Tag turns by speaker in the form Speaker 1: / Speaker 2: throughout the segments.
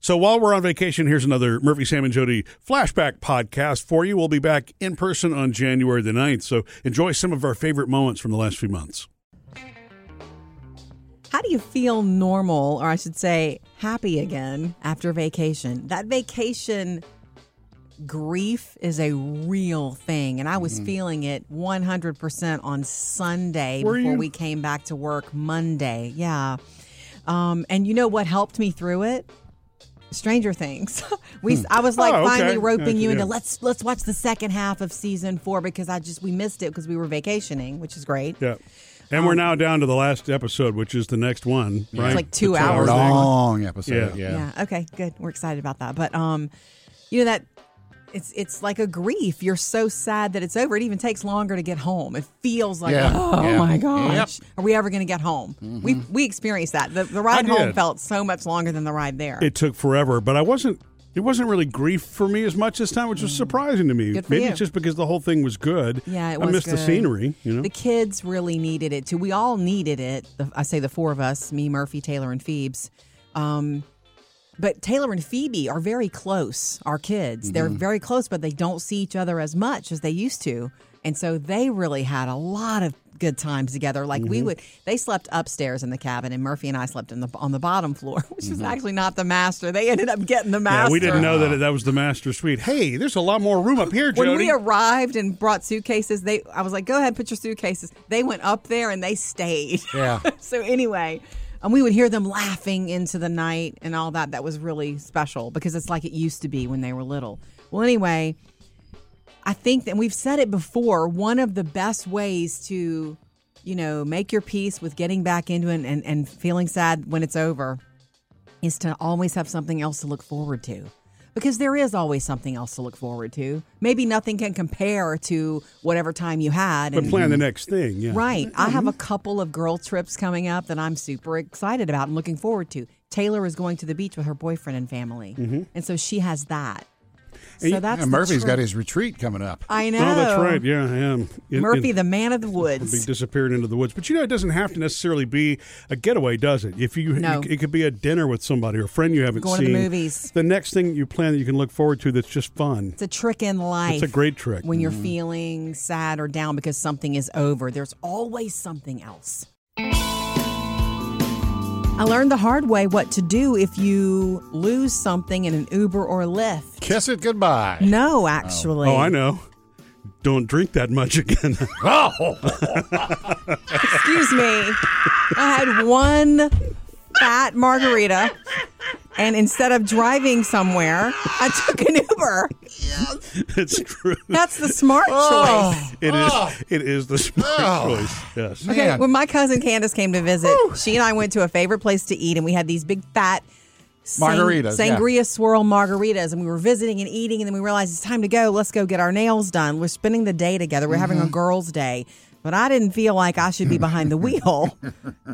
Speaker 1: So while we're on vacation, here's another Murphy, Sam, and Jody flashback podcast for you. We'll be back in person on January the 9th. So enjoy some of our favorite moments from the last few months.
Speaker 2: How do you feel normal, or I should say happy again after vacation? That vacation grief is a real thing. And I was
Speaker 1: Mm-hmm.
Speaker 2: feeling it 100% on Sunday
Speaker 1: Were
Speaker 2: before
Speaker 1: you?
Speaker 2: we came back to work Monday. Yeah. Um, and you know what helped me through it? Stranger Things. we I was like
Speaker 1: Oh, okay.
Speaker 2: finally roping
Speaker 1: Gotcha,
Speaker 2: you into
Speaker 1: yeah.
Speaker 2: let's let's watch the second half of season 4 because I just we missed it because we were vacationing, which is great.
Speaker 1: Yeah. And we're now down to the last episode, which is the next one, right?
Speaker 2: like two
Speaker 1: The
Speaker 2: hours
Speaker 1: thing.
Speaker 3: long
Speaker 1: Yeah.
Speaker 3: episode. Yeah.
Speaker 2: yeah. Okay. Good. We're excited about that. But um, you know that it's it's like a grief. You're so sad that it's over. It even takes longer to get home. It feels like
Speaker 3: Yeah.
Speaker 2: oh
Speaker 3: Yeah. Mm-hmm.
Speaker 2: my gosh, are we ever going to get home? We we experienced that. The, the ride
Speaker 1: I
Speaker 2: home
Speaker 1: did.
Speaker 2: felt so much longer than the ride there.
Speaker 1: It took forever, but I wasn't. It wasn't really grief for me as much this time, which was surprising to me.
Speaker 2: Mm. Good for
Speaker 1: Maybe
Speaker 2: you.
Speaker 1: it's just because the whole thing was good.
Speaker 2: Yeah, it
Speaker 1: I
Speaker 2: was
Speaker 1: missed the
Speaker 2: good.
Speaker 1: scenery. You know,
Speaker 2: The kids really needed it too. We all needed it. The, I say the four of us: me, Murphy, Taylor, and Phoebe's. Um, but Taylor and Phoebe are very close. Our kids, they're
Speaker 1: Mm-hmm.
Speaker 2: very close, but they don't see each other as much as they used to, and so they really had a lot of good times together. Like
Speaker 1: Mm-hmm.
Speaker 2: we would, they slept upstairs in the cabin, and Murphy and I slept in the on the bottom floor, which was actually not the master. They ended up getting the master.
Speaker 1: Mm-hmm. yeah, we didn't know that that was the master suite. Hey, there's a lot more room up here, Jody.
Speaker 2: When we arrived and brought suitcases, they I was like, "Go ahead, put your suitcases." They went up there and they stayed.
Speaker 3: Yeah.
Speaker 2: so anyway, and we would hear them laughing into the night and all that. That was really special because it's like it used to be when they were little. Well, anyway, I think that we've said it before. One of the best ways to, you know, make your peace with getting back into it and, and feeling sad when it's over is to always have something else to look forward to. Because there is always something else to look forward to. Maybe nothing can compare to whatever time you had.
Speaker 1: but
Speaker 2: and-
Speaker 1: plan the next thing. Yeah,
Speaker 2: Right. I have a couple of girl trips coming up that I'm super excited about and looking forward to. Taylor is going to the beach with her boyfriend and family. And so she has that. So that's
Speaker 3: And
Speaker 2: the
Speaker 3: Murphy's
Speaker 2: trip.
Speaker 3: got his retreat coming up.
Speaker 2: I know.
Speaker 1: Oh, that's right. Yeah, I am. In-
Speaker 2: Murphy,
Speaker 1: in-
Speaker 2: the man of the
Speaker 1: be
Speaker 2: woods.
Speaker 1: disappeared into the woods. But you know, it doesn't have to necessarily be a getaway, does it? If you,
Speaker 2: No.
Speaker 1: it, it could be a dinner with somebody or a friend you haven't
Speaker 2: Going to
Speaker 1: seen.
Speaker 2: the movies.
Speaker 1: The next thing you plan that you can look forward to that's just fun.
Speaker 2: It's a trick in life.
Speaker 1: It's a great Mm. trick.
Speaker 2: When you're feeling sad or down because something is over, there's always something else. I learned the hard way what to do if you lose something in an Uber or Lyft.
Speaker 3: Kiss it
Speaker 2: Mm.
Speaker 3: goodbye.
Speaker 2: No, actually.
Speaker 1: oh, I know. Don't drink that much again.
Speaker 2: Excuse me. I had one fat margarita, and instead of driving somewhere, I took an Uber.
Speaker 1: it's true.
Speaker 2: That's the smart
Speaker 1: Oh.
Speaker 2: choice.
Speaker 1: It is. It is the smart
Speaker 3: Oh.
Speaker 1: choice. Yes.
Speaker 2: Okay,
Speaker 3: Man.
Speaker 2: when my cousin Candace came to visit, she and I went to a favorite place to eat, and we had these big fat sang-
Speaker 3: Margaritas, yeah.
Speaker 2: sangria swirl margaritas, and we were visiting and eating, and then we realized it's time to go. Let's go get our nails done. We're spending the day together. We're
Speaker 3: Mm-hmm.
Speaker 2: having a girls' day, but I didn't feel like I should be behind the wheel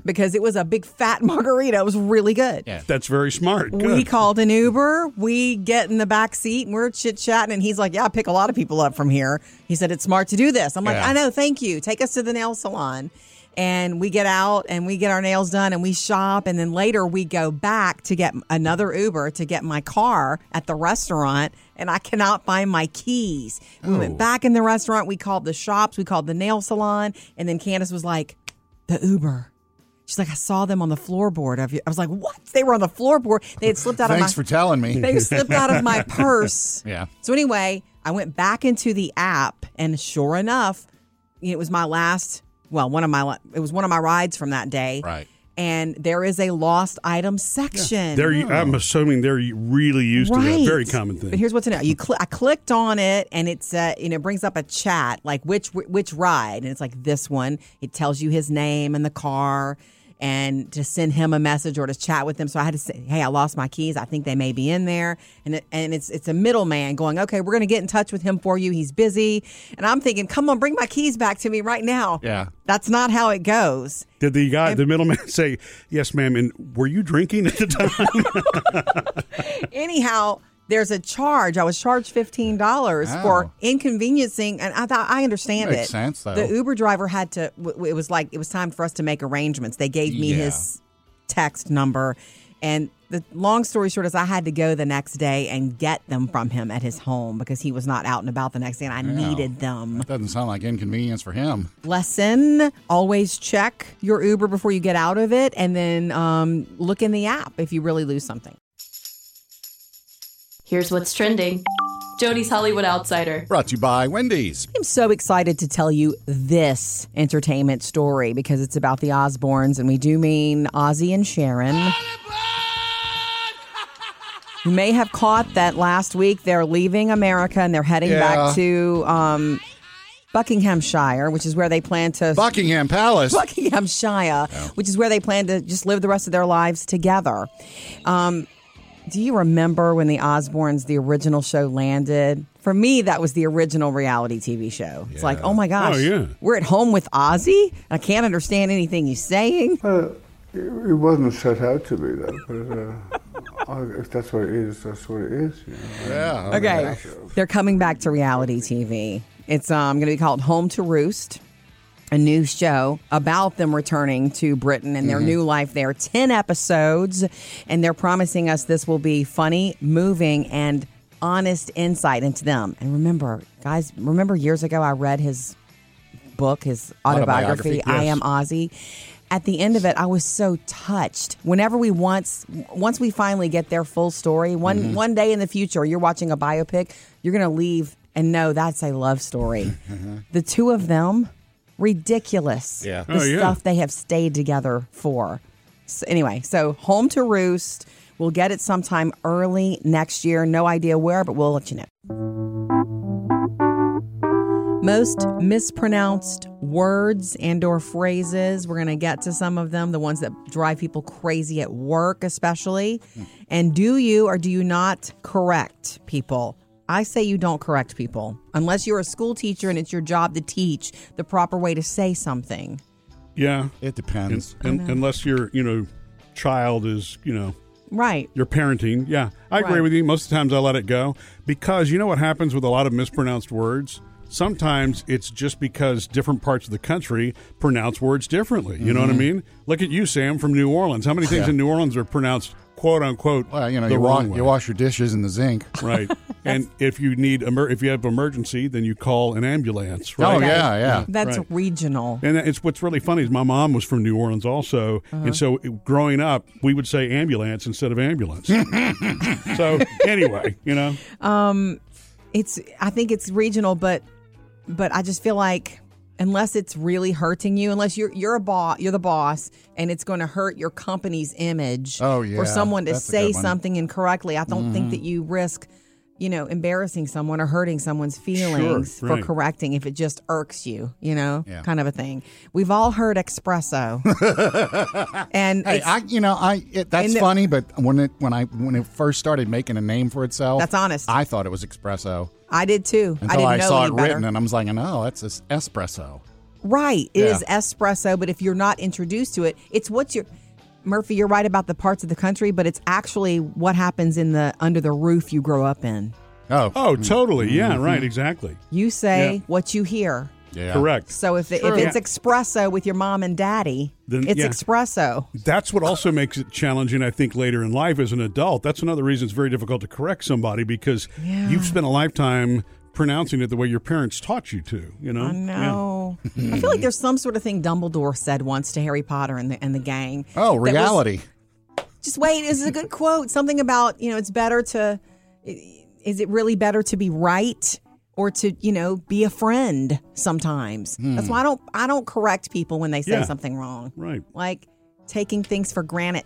Speaker 2: because it was a big fat margarita. It was really good.
Speaker 3: Yeah.
Speaker 1: That's very smart.
Speaker 2: We
Speaker 1: Good.
Speaker 2: called an Uber. We get in the back seat and we're chit chatting. And he's like, Yeah, I pick a lot of people up from here. He said, It's smart to do this. I'm like,
Speaker 3: Yeah.
Speaker 2: I know. Thank you. Take us to the nail salon. And we get out and we get our nails done and we shop. And then later we go back to get another Uber to get my car at the restaurant. And I cannot find my keys. We went back in the restaurant. We called the shops. We called the nail salon. And then Candace was like, The Uber. She's like, I saw them on the floorboard of you. I was like, what? They were on the floorboard. They had slipped out of my
Speaker 3: Thanks for telling me.
Speaker 2: they slipped out of my purse.
Speaker 3: Yeah.
Speaker 2: So anyway, I went back into the app, and sure enough, it was my last. Well, one of my la- it was one of my rides from that day.
Speaker 3: Right.
Speaker 2: And there is a lost item section.
Speaker 1: They're, I'm assuming they're really used to that. Very
Speaker 2: Right.
Speaker 1: common thing.
Speaker 2: But here's what's in it. You cl- I clicked on it, and it's uh, you know it brings up a chat like which which ride, and it's like this one. It tells you his name and the car, and to send him a message or to chat with him. So I had to say, hey, I lost my keys. I think they may be in there, and it, and it's it's a middleman going, okay, we're gonna get in touch with him for you. He's busy, and I'm thinking, come on, bring my keys back to me right now.
Speaker 3: Yeah.
Speaker 2: that's not how it goes.
Speaker 1: Did the guy, the middleman, say, "Yes, ma'am"? And were you drinking at the time?
Speaker 2: Anyhow, there's a charge. I was charged fifteen dollars for
Speaker 3: Wow.
Speaker 2: inconveniencing, and I thought I understand
Speaker 3: Makes
Speaker 2: it.
Speaker 3: sense, though.
Speaker 2: The Uber driver had to. w- w- It was like it was time for us to make arrangements. They gave me
Speaker 3: Yeah.
Speaker 2: his text number, and the long story short is I had to go the next day and get them from him at his home because he was not out and about the next day and I needed them.
Speaker 3: Doesn't sound like inconvenience for him.
Speaker 2: Lesson, always check your Uber before you get out of it and then um, look in the app if you really lose something.
Speaker 4: Here's what's trending. Jody's Hollywood Outsider.
Speaker 3: Brought to you by Wendy's.
Speaker 2: I'm so excited to tell you this entertainment story because it's about the Osbournes, and we do mean Ozzy and Sharon. You may have caught that last week they're leaving America and they're heading
Speaker 3: Yeah.
Speaker 2: back to um, Buckinghamshire, which is where they plan to.
Speaker 3: Buckingham Palace.
Speaker 2: Buckinghamshire, which is where they plan to just live the rest of their lives together. Um, do you remember when the Osbournes, the original show, landed? For me, that was the original reality TV show. It's like, oh my gosh,
Speaker 1: Oh, yeah.
Speaker 2: we're at home with Ozzy. I can't understand anything he's saying.
Speaker 5: It it wasn't set out to be that, but uh, I- if that's what it is, that's what it is. You know.
Speaker 3: yeah.
Speaker 2: Okay, they're coming back to reality TV. It's um, going to be called Home to Roost, a new show about them returning to Britain and their new life there. Ten episodes, and they're promising us this will be funny, moving, and honest insight into them. And remember, guys, remember years ago I read his book, his autobiography,
Speaker 3: Autobiography, yes.
Speaker 2: I Am Ozzy. At the end of it, I was so touched. Whenever we once once we finally get their full story, one
Speaker 3: Mm-hmm.
Speaker 2: one day in the future, you're watching a biopic, you're gonna leave and know that's a love story. the two of them, ridiculous.
Speaker 3: Mm-hmm. Yeah.
Speaker 2: The
Speaker 1: Oh, yeah.
Speaker 2: stuff they have stayed together for. So anyway, so home to roost. We'll get it sometime early next year. No idea where, but we'll let you know. most mispronounced words and or phrases we're going to get to some of them the ones that drive people crazy at work especially and do you or do you not correct people i say you don't correct people unless you're a school teacher and it's your job to teach the proper way to say something
Speaker 1: Yeah.
Speaker 3: It
Speaker 1: And,
Speaker 3: depends.
Speaker 1: and, unless your, you know, child is, you know,
Speaker 2: right
Speaker 1: your parenting. Yeah. I agree
Speaker 2: Right.
Speaker 1: with you. Most of the times I let it go because you know what happens with a lot of mispronounced words? Sometimes it's just because different parts of the country pronounce words differently. You know what I
Speaker 3: Mm-hmm.
Speaker 1: mean? Look at you, Sam, from New Orleans. How many things in New Orleans are pronounced quote unquote
Speaker 3: Well, you know,
Speaker 1: the
Speaker 3: you, wa-
Speaker 1: wrong way?
Speaker 3: you wash your dishes in the zinc.
Speaker 1: Right. and if you need emer- if you have emergency, then you call an ambulance, right?
Speaker 3: Oh, yeah, yeah.
Speaker 2: that's
Speaker 1: Right.
Speaker 2: regional
Speaker 1: And it's what's really funny is my mom was from New Orleans also, and so it- growing up we would say ambulance instead of ambulance. so anyway, you know,
Speaker 2: it's i think it's regional but but i just feel like unless it's really hurting you unless you're you're a boss you're the boss and it's going to hurt your company's image
Speaker 3: Oh, yeah.
Speaker 2: for someone to
Speaker 3: That's a
Speaker 2: say
Speaker 3: good one. Mm-hmm.
Speaker 2: something incorrectly i don't think that you risk you know embarrassing someone or hurting someone's feelings
Speaker 1: right.
Speaker 2: for correcting if it just irks you you know
Speaker 3: Yeah.
Speaker 2: kind of a thing we've all heard espresso and
Speaker 3: Hey,
Speaker 2: it's-
Speaker 3: I, you know, I it, that's
Speaker 2: And the-
Speaker 3: funny, but when it when I when it first started making a name for itself,
Speaker 2: That's honest.
Speaker 3: I thought it was espresso
Speaker 2: I, did too i
Speaker 3: until
Speaker 2: didn't
Speaker 3: I,
Speaker 2: know
Speaker 3: saw it
Speaker 2: any better.
Speaker 3: written, and I was like, no, that's es- espresso.
Speaker 2: Right. it
Speaker 3: Yeah.
Speaker 2: is espresso, but if you're not introduced to it, it's what's your Murphy, you're right about the parts of the country, but it's actually what happens in the under the roof you grow up in.
Speaker 3: Oh,
Speaker 1: Oh, totally. Yeah, right. Exactly.
Speaker 2: You say
Speaker 1: Yeah.
Speaker 2: what you hear.
Speaker 3: yeah,
Speaker 1: Correct.
Speaker 2: So if, if it's espresso with your mom and daddy,
Speaker 1: Then-
Speaker 2: it's
Speaker 1: yeah.
Speaker 2: espresso.
Speaker 1: That's what also makes it challenging, I think, later in life as an adult. That's another reason it's very difficult to correct somebody because
Speaker 2: Yeah.
Speaker 1: you've spent a lifetime pronouncing it the way your parents taught you to. You know.
Speaker 2: I know. I feel like there's some sort of thing Dumbledore said once to Harry Potter and the and the gang.
Speaker 3: Oh,
Speaker 2: that was-
Speaker 3: reality.
Speaker 2: just wait. This is a good quote. Something about you know, it's better to. Is it really better to be right or to you know be a friend? Sometimes that's
Speaker 3: Hmm.
Speaker 2: why I don't I don't correct people when they say
Speaker 1: Yeah.
Speaker 2: something wrong.
Speaker 1: Right.
Speaker 2: Like taking things for granted.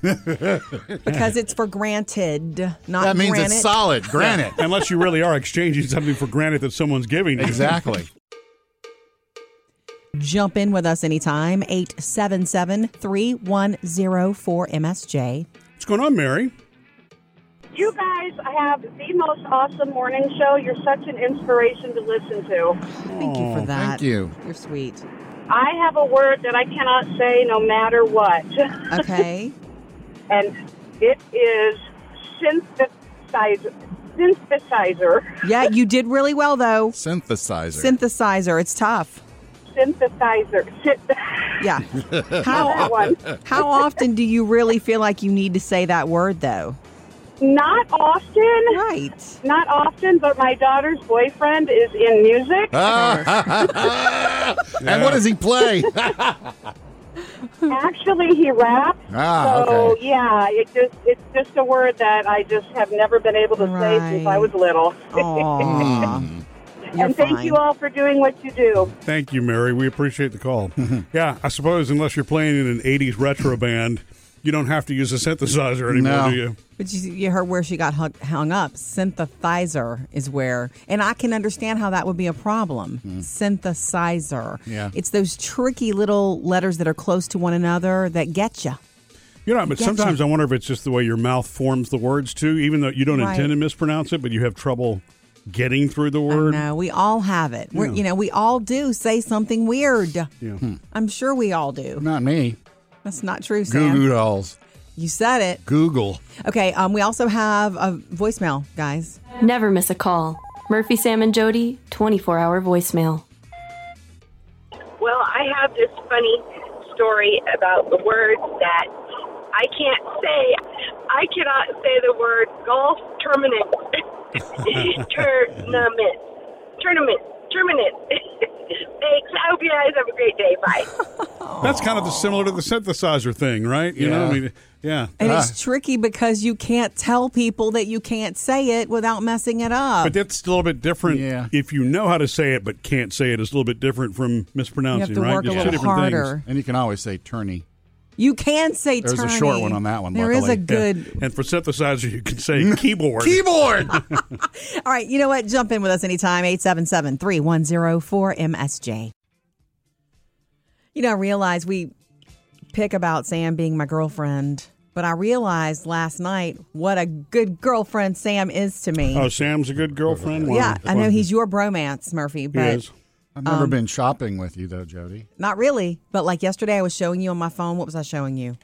Speaker 2: because it's for granted, not
Speaker 3: that means
Speaker 2: Uh, granite.
Speaker 3: it's solid granite.
Speaker 1: Unless you really are exchanging something for granted that someone's giving you.
Speaker 3: exactly.
Speaker 2: Jump in with us anytime. 877 msj
Speaker 1: What's going on, Mary?
Speaker 6: You guys have the most awesome morning show. You're such an inspiration to listen to.
Speaker 2: Thank you for that.
Speaker 3: thank you.
Speaker 2: You're sweet.
Speaker 6: I have a word that I cannot say no matter what,
Speaker 2: Okay.
Speaker 6: and it is synthesizer. Synthesizer.
Speaker 2: yeah, you did really well though.
Speaker 3: Synthesizer.
Speaker 2: synthesizer. It's tough.
Speaker 6: synthesizer. Sit
Speaker 2: Yeah.
Speaker 6: that
Speaker 2: How
Speaker 6: one.
Speaker 2: how often do you really feel like you need to say that word though?
Speaker 6: Not often.
Speaker 2: Right.
Speaker 6: Not often, but my daughter's boyfriend is in music,
Speaker 3: Ah. And what does he play?
Speaker 6: Actually, he raps.
Speaker 3: Ah,
Speaker 6: so
Speaker 3: okay.
Speaker 6: yeah, it just it's just a word that I just have never been able to say since
Speaker 2: Right.
Speaker 6: I was little.
Speaker 2: Aw. You're
Speaker 6: and thank
Speaker 2: fine.
Speaker 6: you all for doing what you do.
Speaker 1: Thank you, Mary. We appreciate the call.
Speaker 3: Mm-hmm.
Speaker 1: yeah, I suppose unless you're playing in an 80s retro band, you don't have to use a synthesizer anymore,
Speaker 3: No.
Speaker 1: do you?
Speaker 2: But you, you heard where she got hung, hung up. Synthesizer is where, and I can understand how that would be a problem. Synthesizer.
Speaker 3: Yeah.
Speaker 2: It's those tricky little letters that are close to one another that get you.
Speaker 1: You know, but
Speaker 2: Gotcha.
Speaker 1: sometimes I wonder if it's just the way your mouth forms the words too, even though you don't
Speaker 2: Right.
Speaker 1: intend to mispronounce it, but you have trouble getting through the
Speaker 2: No,
Speaker 1: word.
Speaker 2: we all have it. We're, You know, we all do say something weird.
Speaker 1: Yeah.
Speaker 2: I'm sure we all do.
Speaker 3: Not me.
Speaker 2: That's not true, Sam.
Speaker 3: Goo Goo Dolls.
Speaker 2: You said it.
Speaker 3: Google.
Speaker 2: Okay. Um, we also have a voicemail, guys.
Speaker 4: Never miss a call. Murphy, Sam, and Jody, 24 hour voicemail.
Speaker 7: Well, I have this funny story about the words that I can't say. I cannot say the word golf tournament. tournament. Tournament. Tournament. Thanks. I hope you guys have a great day. Bye.
Speaker 1: That's kind of the, similar to the synthesizer thing, right? You know, I
Speaker 3: Yeah.
Speaker 1: mean, yeah.
Speaker 2: And it's tricky because you can't tell people that you can't say it without messing it up.
Speaker 1: But that's a little bit different.
Speaker 3: Yeah.
Speaker 1: If you know how to say it but can't say it, it's a little bit different from
Speaker 2: you
Speaker 1: mispronouncing,
Speaker 2: have to
Speaker 1: right?
Speaker 2: work a
Speaker 1: It's two
Speaker 2: little
Speaker 1: different things.
Speaker 2: harder.
Speaker 3: And you can always say tourney.
Speaker 2: You can say
Speaker 3: There was a
Speaker 2: tourney.
Speaker 3: short one on that one,
Speaker 2: There is
Speaker 3: luckily.
Speaker 2: a good.
Speaker 1: Yeah. And for synthesizer, you can say keyboard.
Speaker 3: Keyboard!
Speaker 2: All right, you know what? Jump in with us anytime. 877-3104-MSJ. You know, I realize we pick about Sam being my girlfriend, but I realized last night what a good girlfriend Sam is to me.
Speaker 1: Oh, Sam's a good girlfriend. Wow.
Speaker 2: yeah, I know
Speaker 1: Wow.
Speaker 2: he's your bromance, Murphy,
Speaker 1: He
Speaker 2: but
Speaker 1: is.
Speaker 3: I've never
Speaker 2: Um,
Speaker 3: been shopping with you, though, Jody.
Speaker 2: not really. But like yesterday I was showing you on my phone, what was I showing you?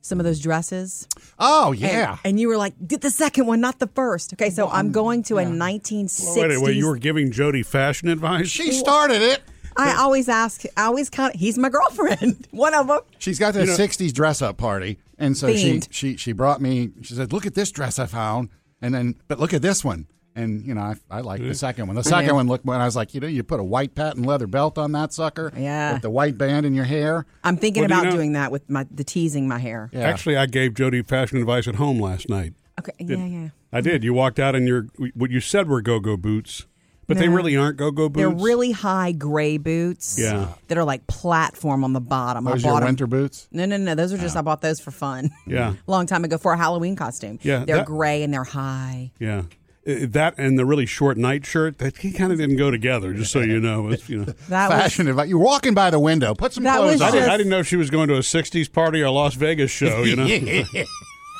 Speaker 2: Some of those dresses.
Speaker 3: Oh,
Speaker 2: And-
Speaker 3: yeah.
Speaker 2: And you were like, get the second one, not the first. Okay, so I'm going to a 1960s.
Speaker 1: Wait, wait, you were giving Jody fashion advice?
Speaker 3: she started it.
Speaker 2: I always ask, I always kind of, he's my girlfriend, one of them.
Speaker 3: She's got this 60s dress up party. And so she,
Speaker 2: Themed.
Speaker 3: she she brought me, she said, Look at this dress I found. And then, but look at this one. And, you know, I, I like the second one. The second one looked, when I was like, You know, you put a white patent leather belt on that sucker.
Speaker 2: Yeah.
Speaker 3: With the white band in your hair.
Speaker 2: I'm thinking
Speaker 1: Well, do you
Speaker 2: about
Speaker 1: know-
Speaker 2: doing that with my the teasing my hair.
Speaker 3: Yeah.
Speaker 1: Actually, I gave Jody fashion advice at home last night.
Speaker 2: Okay, yeah, yeah.
Speaker 1: I did. You walked out in your what you said were go-go boots, but they
Speaker 2: No.
Speaker 1: really aren't go-go boots.
Speaker 2: They're really high gray boots.
Speaker 1: Yeah.
Speaker 2: that are like platform on the bottom.
Speaker 3: Those
Speaker 2: I
Speaker 3: your
Speaker 2: bought 'em-
Speaker 3: winter boots?
Speaker 2: No, no, no. Those are just I bought those for fun.
Speaker 1: Yeah.
Speaker 2: long time ago for a Halloween costume.
Speaker 1: Yeah,
Speaker 2: they're
Speaker 1: that-
Speaker 2: gray and they're high.
Speaker 1: Yeah. Uh, That and the really short night shirt that he kind of didn't go together. Just so you know, It's, you know.
Speaker 2: That
Speaker 3: Fashion advice. You're walking by the window. Put some
Speaker 2: That
Speaker 3: clothes
Speaker 2: was
Speaker 1: I
Speaker 3: on.
Speaker 1: didn't,
Speaker 2: just-
Speaker 1: I didn't know if she was going to a '60s party or a Las Vegas show. You know,
Speaker 2: was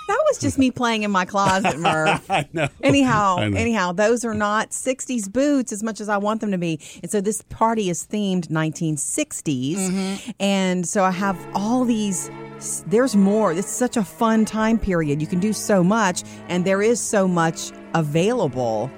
Speaker 2: that was just me playing in my closet, Murph.
Speaker 1: I know.
Speaker 2: Anyhow,
Speaker 1: I know.
Speaker 2: anyhow, those are not 60s boots as much as I want them to be. And so this party is themed 1960s.
Speaker 1: Mm-hmm.
Speaker 2: And so I have all these there's more. It's such a fun time period. You can do so much and there is so much available.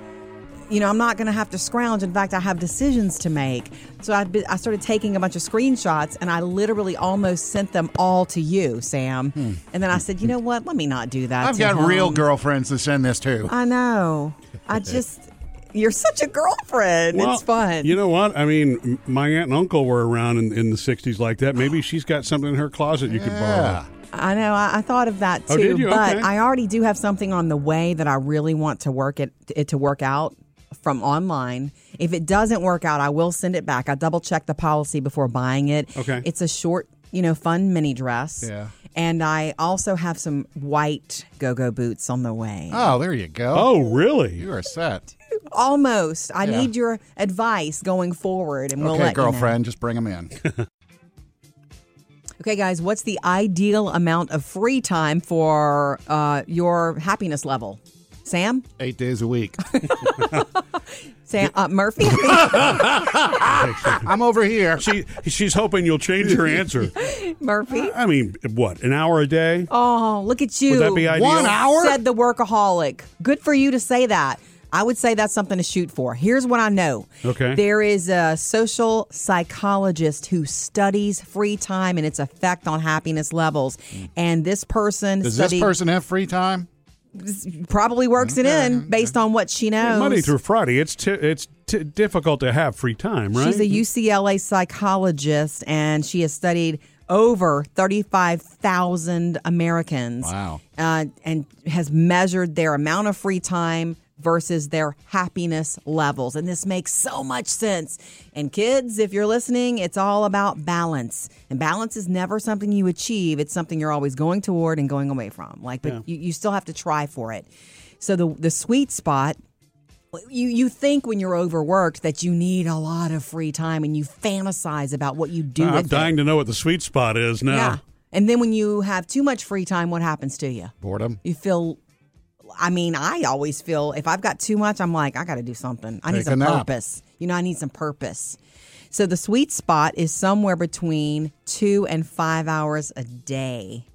Speaker 2: You know, I'm not going to have to scrounge. In fact, I have decisions to make. So I be, I started taking a bunch of screenshots and I literally almost sent them all to you, Sam. And then I said, "You know what? Let me not do that."
Speaker 3: Hmm. I've
Speaker 2: to
Speaker 3: got real
Speaker 2: him.
Speaker 3: girlfriends to send this to.
Speaker 2: I know. I just, you're such a girlfriend.
Speaker 1: Well,
Speaker 2: it's fun.
Speaker 1: You know what? I mean, m- my aunt and uncle were around in, in the '60s like that. Maybe she's got something in her closet you could borrow.
Speaker 3: Yeah.
Speaker 2: I know. I, I thought of that too,
Speaker 1: Oh, did you?
Speaker 2: but
Speaker 1: Okay.
Speaker 2: I already do have something on the way that I really want to work it, it to work out from online. If it doesn't work out, I will send it back. I double check the policy before buying it.
Speaker 1: Okay.
Speaker 2: It's a short, you know, fun mini dress.
Speaker 3: Yeah.
Speaker 2: And I also have some white go-go boots on the way.
Speaker 3: Oh, there you go.
Speaker 1: Oh, really?
Speaker 3: You are set.
Speaker 2: Almost. I
Speaker 3: Yeah.
Speaker 2: need your advice going forward, and we'll
Speaker 3: okay,
Speaker 2: let you know.
Speaker 3: girlfriend, just bring them in.
Speaker 2: Okay, guys, what's the ideal amount of free time for uh, your happiness level? Sam?
Speaker 3: Eight days a week.
Speaker 2: Sam uh, Murphy?
Speaker 3: I'm over here.
Speaker 1: She she's hoping you'll change her answer.
Speaker 2: Murphy?
Speaker 1: I mean, what? An hour a day?
Speaker 2: Oh, look at you.
Speaker 1: Would that be ideal?
Speaker 3: One hour?
Speaker 2: Said the workaholic. Good for you to say that. I would say that's something to shoot for. Here's what I know.
Speaker 1: Okay.
Speaker 2: There is a social psychologist who studies free time and its effect on happiness levels. And this person
Speaker 3: Does
Speaker 2: studied,
Speaker 3: this person have free time?
Speaker 2: probably works it
Speaker 3: Mm-hmm.
Speaker 2: in based on what she knows.
Speaker 1: Monday through Friday, it's t- it's t- difficult to have free time, right?
Speaker 2: She's a UCLA psychologist, and she has studied over 35,000 Americans.
Speaker 3: Wow.
Speaker 2: Uh, and has measured their amount of free time versus their happiness levels. And this makes so much sense. And kids, if you're listening, it's all about balance. And balance is never something you achieve, it's something you're always going toward and going away from. Like, but you, you still have to try for it. So the, the sweet spot you you think when you're overworked that you need a lot of free time and you fantasize about what you do.
Speaker 1: I'm
Speaker 2: with
Speaker 1: dying
Speaker 2: it.
Speaker 1: to know what the sweet spot is now.
Speaker 2: Yeah. And then when you have too much free time, what happens to you?
Speaker 3: Boredom.
Speaker 2: You feel. I mean, I always feel if I've got too much, I'm like, I got to do something. I need
Speaker 3: Take a
Speaker 2: some
Speaker 3: nap.
Speaker 2: purpose. You know, I need some purpose. So the sweet spot is somewhere between two and five hours a day.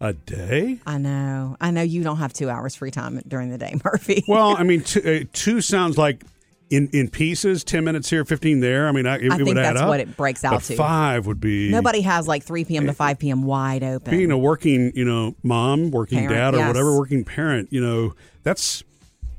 Speaker 1: A day?
Speaker 2: I know. I know you don't have two hours free time during the day, Murphy.
Speaker 1: Well, I mean, two, uh, two sounds like in in pieces. Ten minutes here, fifteen there. I mean, I, it,
Speaker 2: I
Speaker 1: it would
Speaker 2: think
Speaker 1: add
Speaker 2: that's
Speaker 1: up.
Speaker 2: what it breaks out
Speaker 1: But
Speaker 2: to.
Speaker 1: Five would be
Speaker 2: Nobody has like 3 p.m. to 5 p.m. wide open.
Speaker 1: being a working, you know, mom, working
Speaker 2: Parent,
Speaker 1: dad, or
Speaker 2: yes.
Speaker 1: whatever, working parent. You know, that's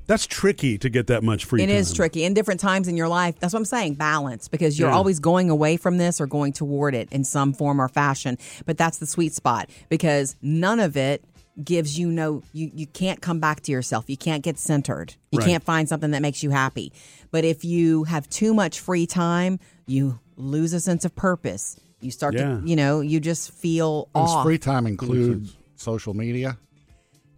Speaker 1: that's tricky to get that much free.
Speaker 2: It
Speaker 1: time.
Speaker 2: is tricky in different times in your life. That's what I'm saying, balance, because you're
Speaker 1: Yeah.
Speaker 2: always going away from this or going toward it in some form or fashion. But that's the sweet spot because none of it gives you no you you can't come back to yourself. You can't get centered. You
Speaker 1: Right.
Speaker 2: can't find something that makes you happy. But if you have too much free time, you lose a sense of purpose. You start
Speaker 1: Yeah.
Speaker 2: to you know, you just feel
Speaker 3: Does
Speaker 2: off.
Speaker 3: free time include social media,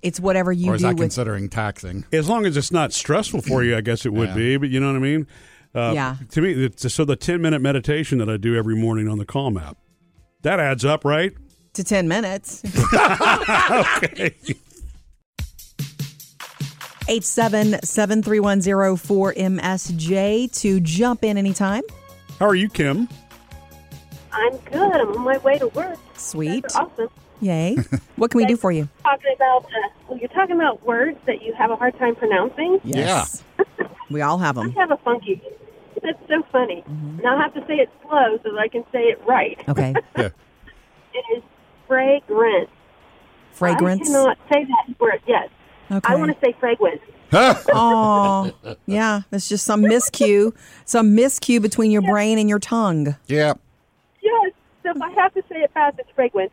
Speaker 2: It's whatever you
Speaker 3: or is
Speaker 2: do
Speaker 3: that
Speaker 2: with
Speaker 3: considering taxing?
Speaker 1: As long as it's not stressful for you, I guess it would be. But you know what I mean? Uh,
Speaker 2: Yeah.
Speaker 1: To me, it's, so the ten minute meditation that I do every morning on the Calm app, that adds up, right?
Speaker 2: to 10 minutes. Eight seven seven three one zero four MSJ to jump in anytime.
Speaker 1: How are you, Kim?
Speaker 6: I'm good. I'm on my way to work.
Speaker 2: Sweet,
Speaker 6: That's awesome.
Speaker 2: yay! What can we do for you?
Speaker 6: Talking about, uh, well, you're talking about words that you have a hard time pronouncing.
Speaker 2: Yeah, we all have them.
Speaker 6: I have a funky. That's so funny.
Speaker 2: Mm-hmm.
Speaker 6: And I'll have to say it slow so that I can say it right.
Speaker 2: Okay,
Speaker 3: Yeah.
Speaker 6: It is fragrance.
Speaker 2: fragrance.
Speaker 6: I cannot say that word. Yes.
Speaker 2: Okay.
Speaker 6: I want to say fragrance.
Speaker 2: Oh, yeah. That's just some miscue, some miscue between your brain and your tongue.
Speaker 3: Yeah.
Speaker 6: Yes. So if I have to say it fast, it's fragrance.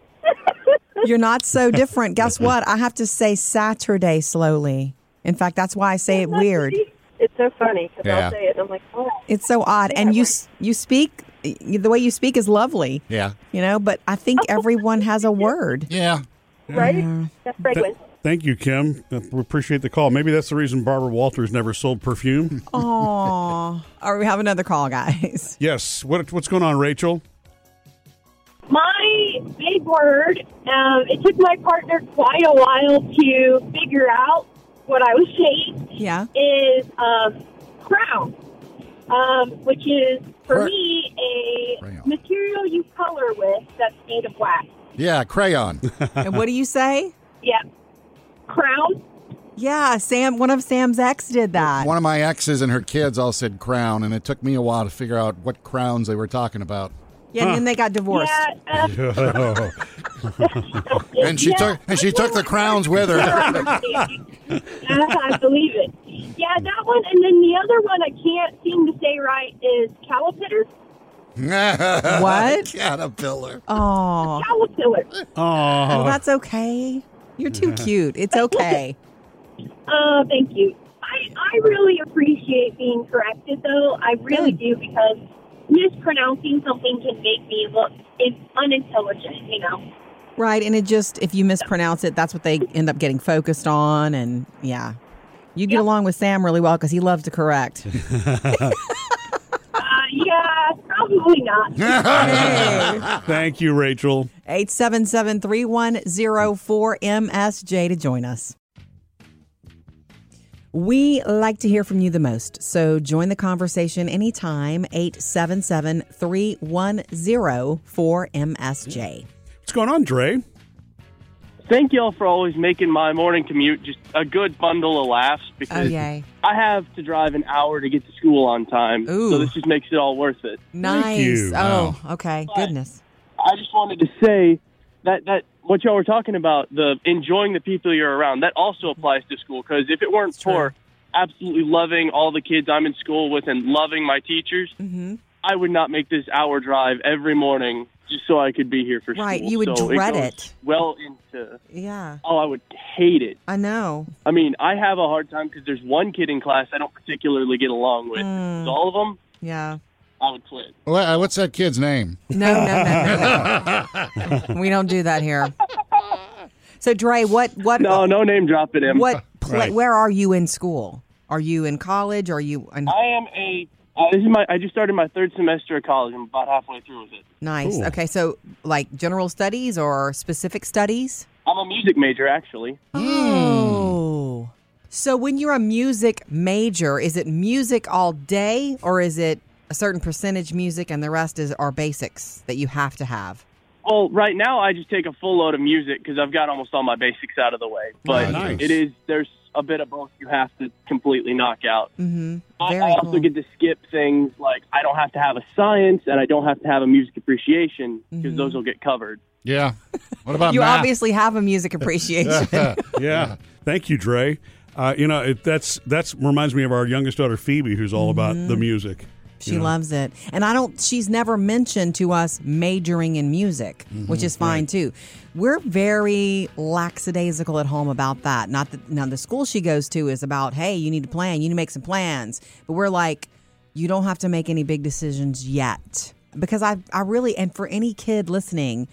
Speaker 2: You're not so different. Guess what? I have to say Saturday slowly. In fact, that's why I say it weird.
Speaker 6: It's so funny because
Speaker 3: Yeah.
Speaker 6: I'll say it and I'm like, oh.
Speaker 2: It's so odd. And you s- you speak the way you speak is lovely.
Speaker 3: Yeah.
Speaker 2: You know, but I think everyone has a word.
Speaker 3: Yeah.
Speaker 2: Mm-hmm.
Speaker 6: Right? That's fragrance.
Speaker 1: Thank you, Kim. Uh, We appreciate the call. Maybe that's the reason Barbara Walters never sold perfume.
Speaker 2: Aw. Or we have another call, guys.
Speaker 1: yes. What, what's going on, Rachel?
Speaker 6: My big word, um, it took my partner quite a while to figure out what I was saying,
Speaker 2: Yeah.
Speaker 6: is um, crown, um, which is, for
Speaker 3: Cra-
Speaker 6: me, a
Speaker 3: Crayon.
Speaker 6: material you color with that's made of wax.
Speaker 3: Yeah. Crayon.
Speaker 2: And what do you say?
Speaker 6: Yeah. Crown.
Speaker 2: Yeah, Sam. One of Sam's ex did that.
Speaker 3: One of my exes and her kids all said crown, and it took me a while to figure out what crowns they were talking about.
Speaker 2: Yeah, and then they got divorced.
Speaker 6: Yeah. Uh,
Speaker 3: And she
Speaker 6: yeah,
Speaker 3: took and she took the crowns with her.
Speaker 6: I believe it. Yeah, that one. And then the other one I can't seem to say right is caterpillar.
Speaker 2: What?
Speaker 3: Caterpillar.
Speaker 2: Oh,
Speaker 6: Caterpillar.
Speaker 1: Oh,
Speaker 2: well, that's okay. You're too cute. It's okay.
Speaker 6: Oh, thank you. I, I really appreciate being corrected, though. I really do because mispronouncing something can make me look it's unintelligent, you know.
Speaker 2: Right. And it just, if you mispronounce it, that's what they end up getting focused on. And yeah, you get along with Sam really well because he loves to correct.
Speaker 6: Uh, yeah, probably not.
Speaker 1: Oh, thank you, Rachel.
Speaker 2: 877 3104 MSJ to join us. We like to hear from you the most, so join the conversation anytime 877 310 4MSJ.
Speaker 1: What's going on, Dre?
Speaker 8: Thank y'all for always making my morning commute just a good bundle of laughs
Speaker 2: Oh,
Speaker 8: because
Speaker 2: yay.
Speaker 8: I have to drive an hour to get to school on time.
Speaker 2: Ooh.
Speaker 8: So this just makes it all worth it.
Speaker 2: Nice.
Speaker 1: you.
Speaker 2: Oh, okay. Goodness.
Speaker 8: I just wanted to say that that what y'all were talking about the enjoying the people you're around that also applies to school because if it weren't
Speaker 2: true.
Speaker 8: for absolutely loving all the kids I'm in school with and loving my teachers,
Speaker 2: hmm
Speaker 8: I would not make this hour drive every morning just so I could be here for
Speaker 2: Right,
Speaker 8: school.
Speaker 2: you would
Speaker 8: So
Speaker 2: dread
Speaker 8: goes
Speaker 2: it.
Speaker 8: Well into
Speaker 2: Yeah.
Speaker 8: oh, I would hate it.
Speaker 2: I know.
Speaker 8: I mean, I have a hard time because there's one kid in class I don't particularly get along with.
Speaker 2: Hmm.
Speaker 8: So all of them,
Speaker 2: Yeah.
Speaker 8: I would quit.
Speaker 3: Wha- uh, What's that kid's name?
Speaker 2: No, no, no, no. no. we don't do that here. So Dre, what what
Speaker 8: No, no name dropping him.
Speaker 2: what pla-
Speaker 1: Right.
Speaker 2: where are you in school? Are you in college? Are you in
Speaker 8: I am a. Uh, this is my. I just started my third semester of college. I'm about halfway through with it.
Speaker 2: nice?
Speaker 1: Cool.
Speaker 2: Okay, so like general studies or specific studies?
Speaker 8: I'm a music major, actually.
Speaker 2: Oh. So when you're a music major, is it music all day or is it a certain percentage music and the rest is are basics that you have to have?
Speaker 8: Well, right now I just take a full load of music because I've got almost all my basics out of the way. But
Speaker 1: Oh, nice.
Speaker 8: it is there's a bit of both you have to completely knock out.
Speaker 2: Mhm.
Speaker 8: But
Speaker 2: Very
Speaker 8: I also
Speaker 2: cool.
Speaker 8: get to skip things like I don't have to have a science and I don't have to have a music appreciation
Speaker 2: Mm-hmm.
Speaker 8: because those will get covered.
Speaker 3: Yeah. What about
Speaker 2: you
Speaker 3: Uh, math?
Speaker 2: obviously have a music appreciation.
Speaker 1: yeah. Thank you, Dre. Uh, you know, it, that's that's reminds me of our youngest daughter Phoebe, who's all about the music.
Speaker 2: She loves it. And I don't she's never mentioned to us majoring in music, which is fine too. We're very lackadaisical at home about that. Not that now the school she goes to is about, hey, you need to plan, you need to make some plans. But we're like, you don't have to make any big decisions yet. Because I I really and for any kid listening,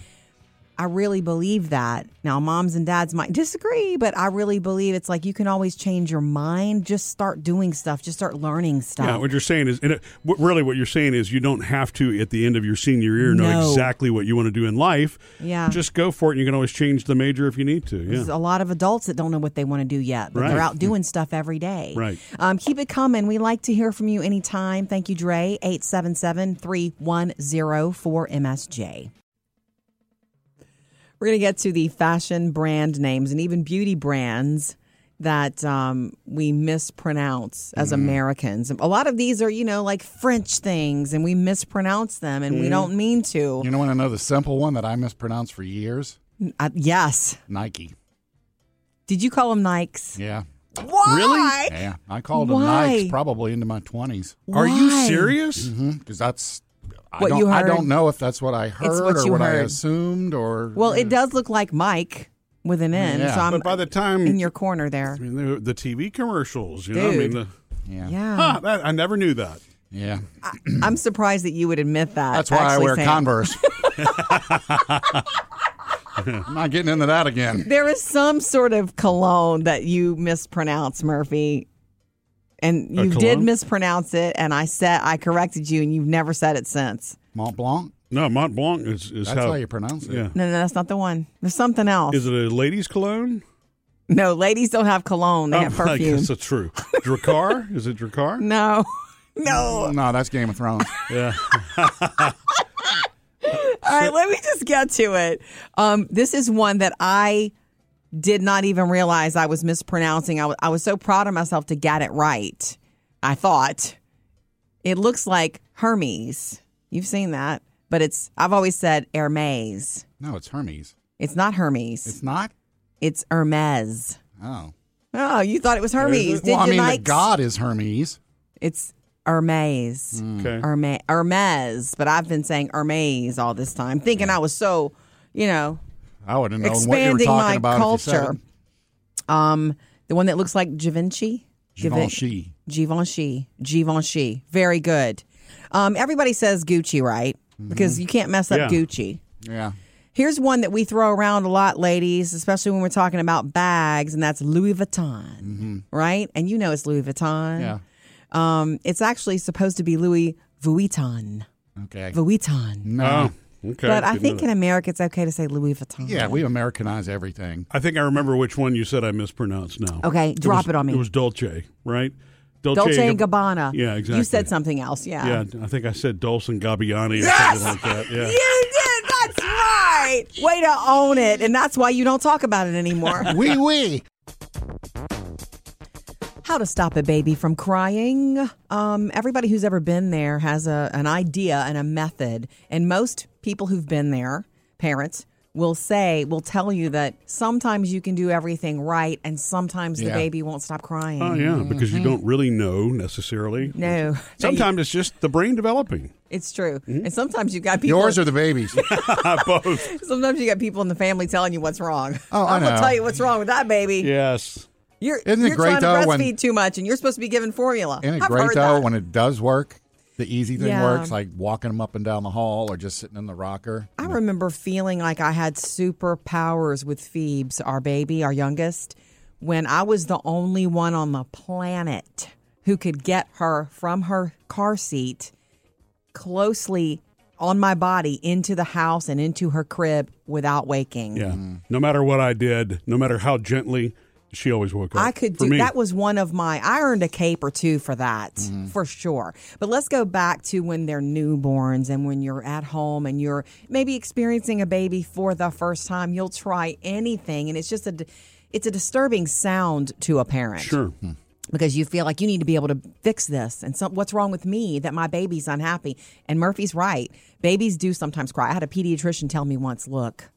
Speaker 2: I really believe that. Now, moms and dads might disagree, but I really believe it's like you can always change your mind. Just start doing stuff. Just start learning stuff.
Speaker 1: Yeah, what you're saying is, and it, what, really, what you're saying is, you don't have to at the end of your senior year know
Speaker 2: No.
Speaker 1: exactly what you want to do in life.
Speaker 2: Yeah.
Speaker 1: just go for it, and you can always change the major if you need to. Yeah,
Speaker 2: There's a lot of adults that don't know what they want to do yet, but they're
Speaker 1: Right.
Speaker 2: out doing stuff every day.
Speaker 1: Right.
Speaker 2: Um, keep it coming. We like to hear from you anytime. Thank you, Dre. 877 310 4MSJ. We're going to get to the fashion brand names and even beauty brands that um, we mispronounce as
Speaker 1: Mm-hmm.
Speaker 2: Americans. A lot of these are, you know, like French things, and we mispronounce them and
Speaker 1: Mm-hmm.
Speaker 2: we don't mean to.
Speaker 3: You know, want to know the simple one that I mispronounced for years?
Speaker 2: Uh, yes.
Speaker 3: Nike.
Speaker 2: Did you call them Nikes?
Speaker 3: Yeah.
Speaker 2: Why?
Speaker 3: Yeah. I called them
Speaker 2: Why?
Speaker 3: Nikes probably into my 20s
Speaker 1: are you
Speaker 2: Why?
Speaker 1: serious?
Speaker 3: because that's. I
Speaker 2: What
Speaker 3: don't,
Speaker 2: you
Speaker 3: I
Speaker 2: heard.
Speaker 3: don't know if that's what I heard
Speaker 2: what
Speaker 3: or
Speaker 2: you
Speaker 3: what I
Speaker 2: heard.
Speaker 3: assumed or.
Speaker 2: Well, it does look like Mike with an N,
Speaker 3: Yeah.
Speaker 2: so I'm
Speaker 1: But by the time
Speaker 2: in your corner there.
Speaker 1: I mean, the, the TV commercials, you know, I mean,
Speaker 2: Dude.
Speaker 1: the,
Speaker 3: Yeah.
Speaker 2: Yeah,
Speaker 1: huh, that, I never knew that.
Speaker 3: Yeah.
Speaker 2: I'm surprised that you would admit that.
Speaker 3: That's why I
Speaker 2: actually,
Speaker 3: wear
Speaker 2: Sam.
Speaker 3: Converse. I'm not getting into that again.
Speaker 2: There is some sort of cologne that you mispronounce, Murphy, and
Speaker 1: A
Speaker 2: you did
Speaker 1: cologne?
Speaker 2: mispronounce it, and I said I corrected you, and you've never said it since.
Speaker 3: Mont Blanc.
Speaker 1: No, Mont Blanc is, is
Speaker 3: That's
Speaker 1: how,
Speaker 3: how, you pronounce it.
Speaker 1: Yeah.
Speaker 2: No, no, that's not the one. There's something else.
Speaker 1: Is it a ladies' cologne?
Speaker 2: no, ladies don't have cologne; they
Speaker 1: Oh,
Speaker 2: have
Speaker 1: I
Speaker 2: perfume.
Speaker 1: guess that's true. Dracar? is it Dracar?
Speaker 2: No, no.
Speaker 3: No, that's Game of Thrones.
Speaker 1: Yeah.
Speaker 2: All right, let me just get to it. Um, this is one that I did not even realize I was mispronouncing. I wa- I was so proud of myself to get it right. I thought it looks like Hermes. You've seen that, but it's I've always said Hermes.
Speaker 3: no, it's Hermes.
Speaker 2: It's not Hermes.
Speaker 3: It's not?
Speaker 2: It's Hermes.
Speaker 3: Oh.
Speaker 2: Oh, you thought it was Hermes? Did
Speaker 3: well, I
Speaker 2: you
Speaker 3: mean,
Speaker 2: like
Speaker 3: the god is Hermes.
Speaker 2: It's Hermes.
Speaker 3: Hmm.
Speaker 1: Okay.
Speaker 2: Herme- Hermes, but I've been saying Hermes all this time, thinking
Speaker 3: Hmm.
Speaker 2: I was so, you know,
Speaker 3: I wouldn't know what you were
Speaker 2: expanding my
Speaker 3: talking about. If you said
Speaker 2: culture.
Speaker 3: it.
Speaker 2: Um, the one that looks like Givenchy. Given-
Speaker 3: Givenchy.
Speaker 2: Givenchy. Givenchy. Very good. Um, everybody says Gucci, right? Because you can't mess up
Speaker 1: Yeah.
Speaker 2: Gucci.
Speaker 3: Yeah.
Speaker 2: Here's one that we throw around a lot, ladies, especially when we're talking about bags, and that's Louis Vuitton, right? And you know it's Louis Vuitton.
Speaker 3: Yeah.
Speaker 2: Um, it's actually supposed to be Louis Vuitton.
Speaker 3: Okay.
Speaker 2: Vuitton.
Speaker 3: No.
Speaker 1: Oh, okay.
Speaker 2: But I
Speaker 1: Didn't
Speaker 2: think
Speaker 1: know
Speaker 2: in
Speaker 1: that.
Speaker 2: America it's okay to say Louis Vuitton.
Speaker 3: Yeah, we've Americanized everything.
Speaker 1: I think I remember which one you said I mispronounced now.
Speaker 2: Okay, drop
Speaker 1: was-
Speaker 2: it on me.
Speaker 1: It was Dolce, right?
Speaker 2: Dolce and Gabbana.
Speaker 1: Yeah, exactly.
Speaker 2: You said something else. Yeah.
Speaker 1: Yeah, I think I said Dulce and Gabbiani or
Speaker 2: Yes!
Speaker 1: something like that. Yeah.
Speaker 2: You did. That's right. right. Way to own it. And that's why you don't talk about it anymore.
Speaker 3: Wee wee.
Speaker 2: How to stop a baby from crying. Um, everybody who's ever been there has a, an idea and a method. And most people who've been there, parents, will say, will tell you that sometimes you can do everything right and sometimes the
Speaker 3: Yeah.
Speaker 2: baby won't stop crying.
Speaker 1: Oh, yeah, because you don't really know necessarily.
Speaker 2: Mm-hmm. No.
Speaker 1: Sometimes it's just the brain developing.
Speaker 2: It's true. And sometimes you've got people.
Speaker 3: Hmm? Yours or the baby's?
Speaker 1: Uh, Both.
Speaker 2: Sometimes you got people in the family telling you what's wrong.
Speaker 3: Oh, I
Speaker 2: I'm gonna
Speaker 3: know.
Speaker 2: tell you what's wrong with that baby.
Speaker 1: Yes.
Speaker 2: You're
Speaker 3: Isn't it
Speaker 2: you're
Speaker 3: great,
Speaker 2: trying to
Speaker 3: though,
Speaker 2: breastfeed
Speaker 3: when-
Speaker 2: too much, and you're supposed to be given formula.
Speaker 3: Isn't it
Speaker 2: I've
Speaker 3: great
Speaker 2: heard
Speaker 3: though
Speaker 2: that.
Speaker 3: when it does work? The easy thing
Speaker 2: Yeah.
Speaker 3: works, like walking them up and down the hall or just sitting in the rocker.
Speaker 2: I remember feeling like I had superpowers with Phoebes, our baby, our youngest, when I was the only one on the planet who could get her from her car seat closely on my body into the house and into her crib without waking.
Speaker 1: Yeah. No matter what I did, no matter how gently, she always woke up.
Speaker 2: I could
Speaker 1: For
Speaker 2: do
Speaker 1: me.
Speaker 2: that was one of my I earned a cape or two for that
Speaker 1: Mm-hmm.
Speaker 2: for sure. But let's go back to when they're newborns and when you're at home and you're maybe experiencing a baby for the first time, you'll try anything and it's just a d- it's a disturbing sound to a parent
Speaker 1: Sure.
Speaker 2: because you feel like you need to be able to fix this and some, what's wrong with me that my baby's unhappy and murphy's right babies do sometimes cry i had a pediatrician tell me once look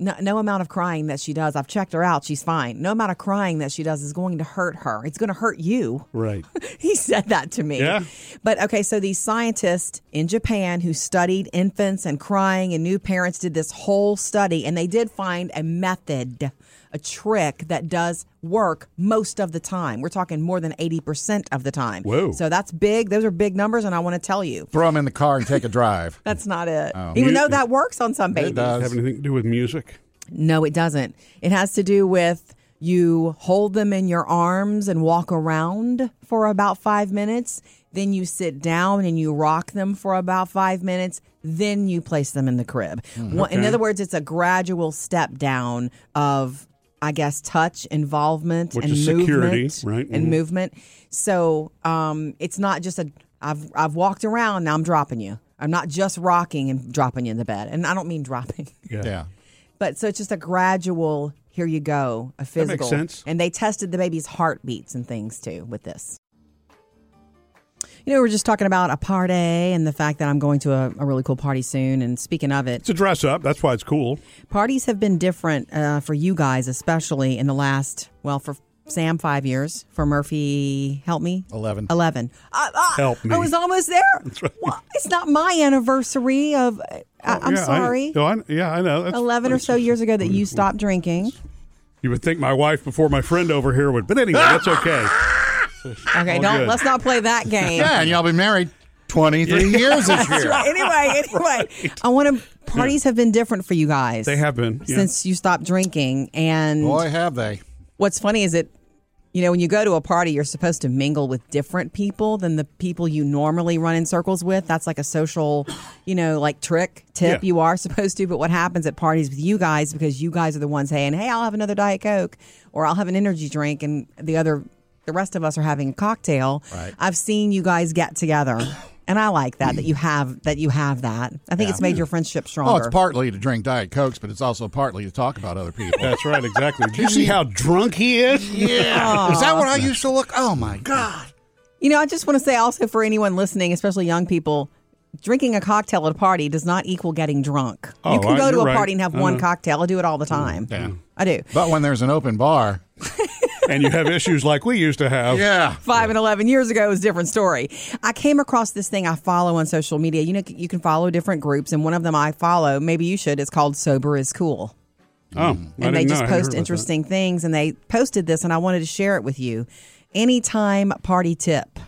Speaker 2: no, no amount of crying that she does i've checked her out she's fine no amount of crying that she does is going to hurt her it's going to hurt you
Speaker 1: Right.
Speaker 2: he said that to me.
Speaker 1: Yeah.
Speaker 2: But okay, so these scientists in Japan who studied infants and crying and new parents did this whole study and they did find a method, a trick that does work most of the time. We're talking more than 80% of the time.
Speaker 1: Whoa.
Speaker 2: So that's big. Those are big numbers and I want to tell you.
Speaker 3: Throw them in the car and take a drive.
Speaker 2: That's not it. Even
Speaker 1: You-
Speaker 2: though that works on some babies.
Speaker 3: it does.
Speaker 1: Have anything to do with music?
Speaker 2: No, it doesn't. It has to do with you hold them in your arms and walk around for about five minutes. Then you sit down and you rock them for about five minutes. Then you place them in the crib.
Speaker 1: Hmm,
Speaker 2: One- In other words, it's a gradual step down of, I guess, touch, involvement,
Speaker 1: Which
Speaker 2: and
Speaker 1: is
Speaker 2: movement,
Speaker 1: security, right?
Speaker 2: And
Speaker 1: Mhm.
Speaker 2: movement. So um, it's not just a. I've I've walked around. Now I'm dropping you. I'm not just rocking and dropping you in the bed. And I don't mean dropping.
Speaker 3: Yeah.
Speaker 2: But so it's just a gradual, here you go, a
Speaker 1: makes
Speaker 2: physical.
Speaker 1: sense.
Speaker 2: And they tested the baby's heartbeats and things too with this. You know, we were just talking about a party and the fact that I'm going to a, a really cool party soon. And speaking of it,
Speaker 1: It's a dress up. That's why it's cool.
Speaker 2: parties have been different uh, for you guys, especially in the last, well, for Sam, five years, for Murphy, help me,
Speaker 3: 11.
Speaker 2: 11. Uh, uh,
Speaker 1: Help me.
Speaker 2: I was almost there. Why- It's not my anniversary of, I, I'm
Speaker 1: Oh, Yeah, I-
Speaker 2: sorry.
Speaker 1: no, I, yeah, I know. That's-
Speaker 2: 11 or so years ago that you stopped drinking.
Speaker 1: You would think my wife before my friend over here would, but anyway, that's okay.
Speaker 2: Okay,
Speaker 1: All
Speaker 2: don't
Speaker 1: good.
Speaker 2: let's not play that game.
Speaker 3: Yeah, and y'all been married 23 years this year.
Speaker 2: Anyway, anyway, I want to. Parties have been different for you guys.
Speaker 1: They have been yeah.
Speaker 2: since you stopped drinking. And
Speaker 3: Boy, have they.
Speaker 2: what's funny is that you know when you go to a party, you're supposed to mingle with different people than the people you normally run in circles with. That's like a social, you know, like trick tip
Speaker 1: Yeah.
Speaker 2: you are supposed to. But what happens at parties with you guys because you guys are the ones saying, "Hey, I'll have another diet coke," or "I'll have an energy drink," and the other. The rest of us are having a cocktail.
Speaker 3: Right.
Speaker 2: I've seen you guys get together, and I like that that you have that you have that. I think it's made your friendship stronger.
Speaker 3: Oh, it's partly to drink Diet Cokes, but it's also partly to talk about other people.
Speaker 1: That's right, exactly. Do you see how drunk he is?
Speaker 3: yeah. Is that what I used to look? Oh, my God.
Speaker 2: You know, I just want to say also for anyone listening, especially young people, drinking a cocktail at a party does not equal getting drunk.
Speaker 1: Oh,
Speaker 2: you can
Speaker 1: I-
Speaker 2: go to
Speaker 1: you're
Speaker 2: a
Speaker 1: right.
Speaker 2: party and have
Speaker 1: I
Speaker 2: one
Speaker 1: know.
Speaker 2: cocktail. I do it all the time.
Speaker 3: Yeah.
Speaker 2: I do.
Speaker 3: But when there's an open bar, oh.
Speaker 1: And you have issues like we used to have.
Speaker 3: yeah.
Speaker 2: Five and 11 years ago is a different story. I came across this thing I follow on social media. You know, you can follow different groups, and one of them I follow, maybe you should, it's called Sober is Cool.
Speaker 1: Oh, I
Speaker 2: and they
Speaker 1: didn't know.
Speaker 2: just
Speaker 1: I hadn't heard about
Speaker 2: post
Speaker 1: that.
Speaker 2: interesting things. And they posted this, and I wanted to share it with you. Anytime party tip.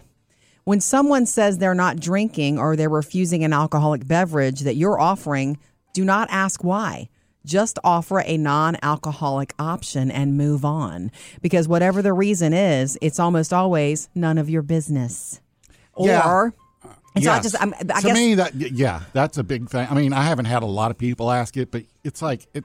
Speaker 2: When someone says they're not drinking or they're refusing an alcoholic beverage that you're offering, do not ask why. Just offer a non alcoholic option and move on. Because whatever the reason is, it's almost always none of your business.
Speaker 3: Yeah. Uh,
Speaker 2: Or, and so I
Speaker 3: Yes.
Speaker 2: just, I'm, I
Speaker 3: to
Speaker 2: guess,
Speaker 3: me, that y- yeah, that's a big thing. I mean, I haven't had a lot of people ask it, but it's like it.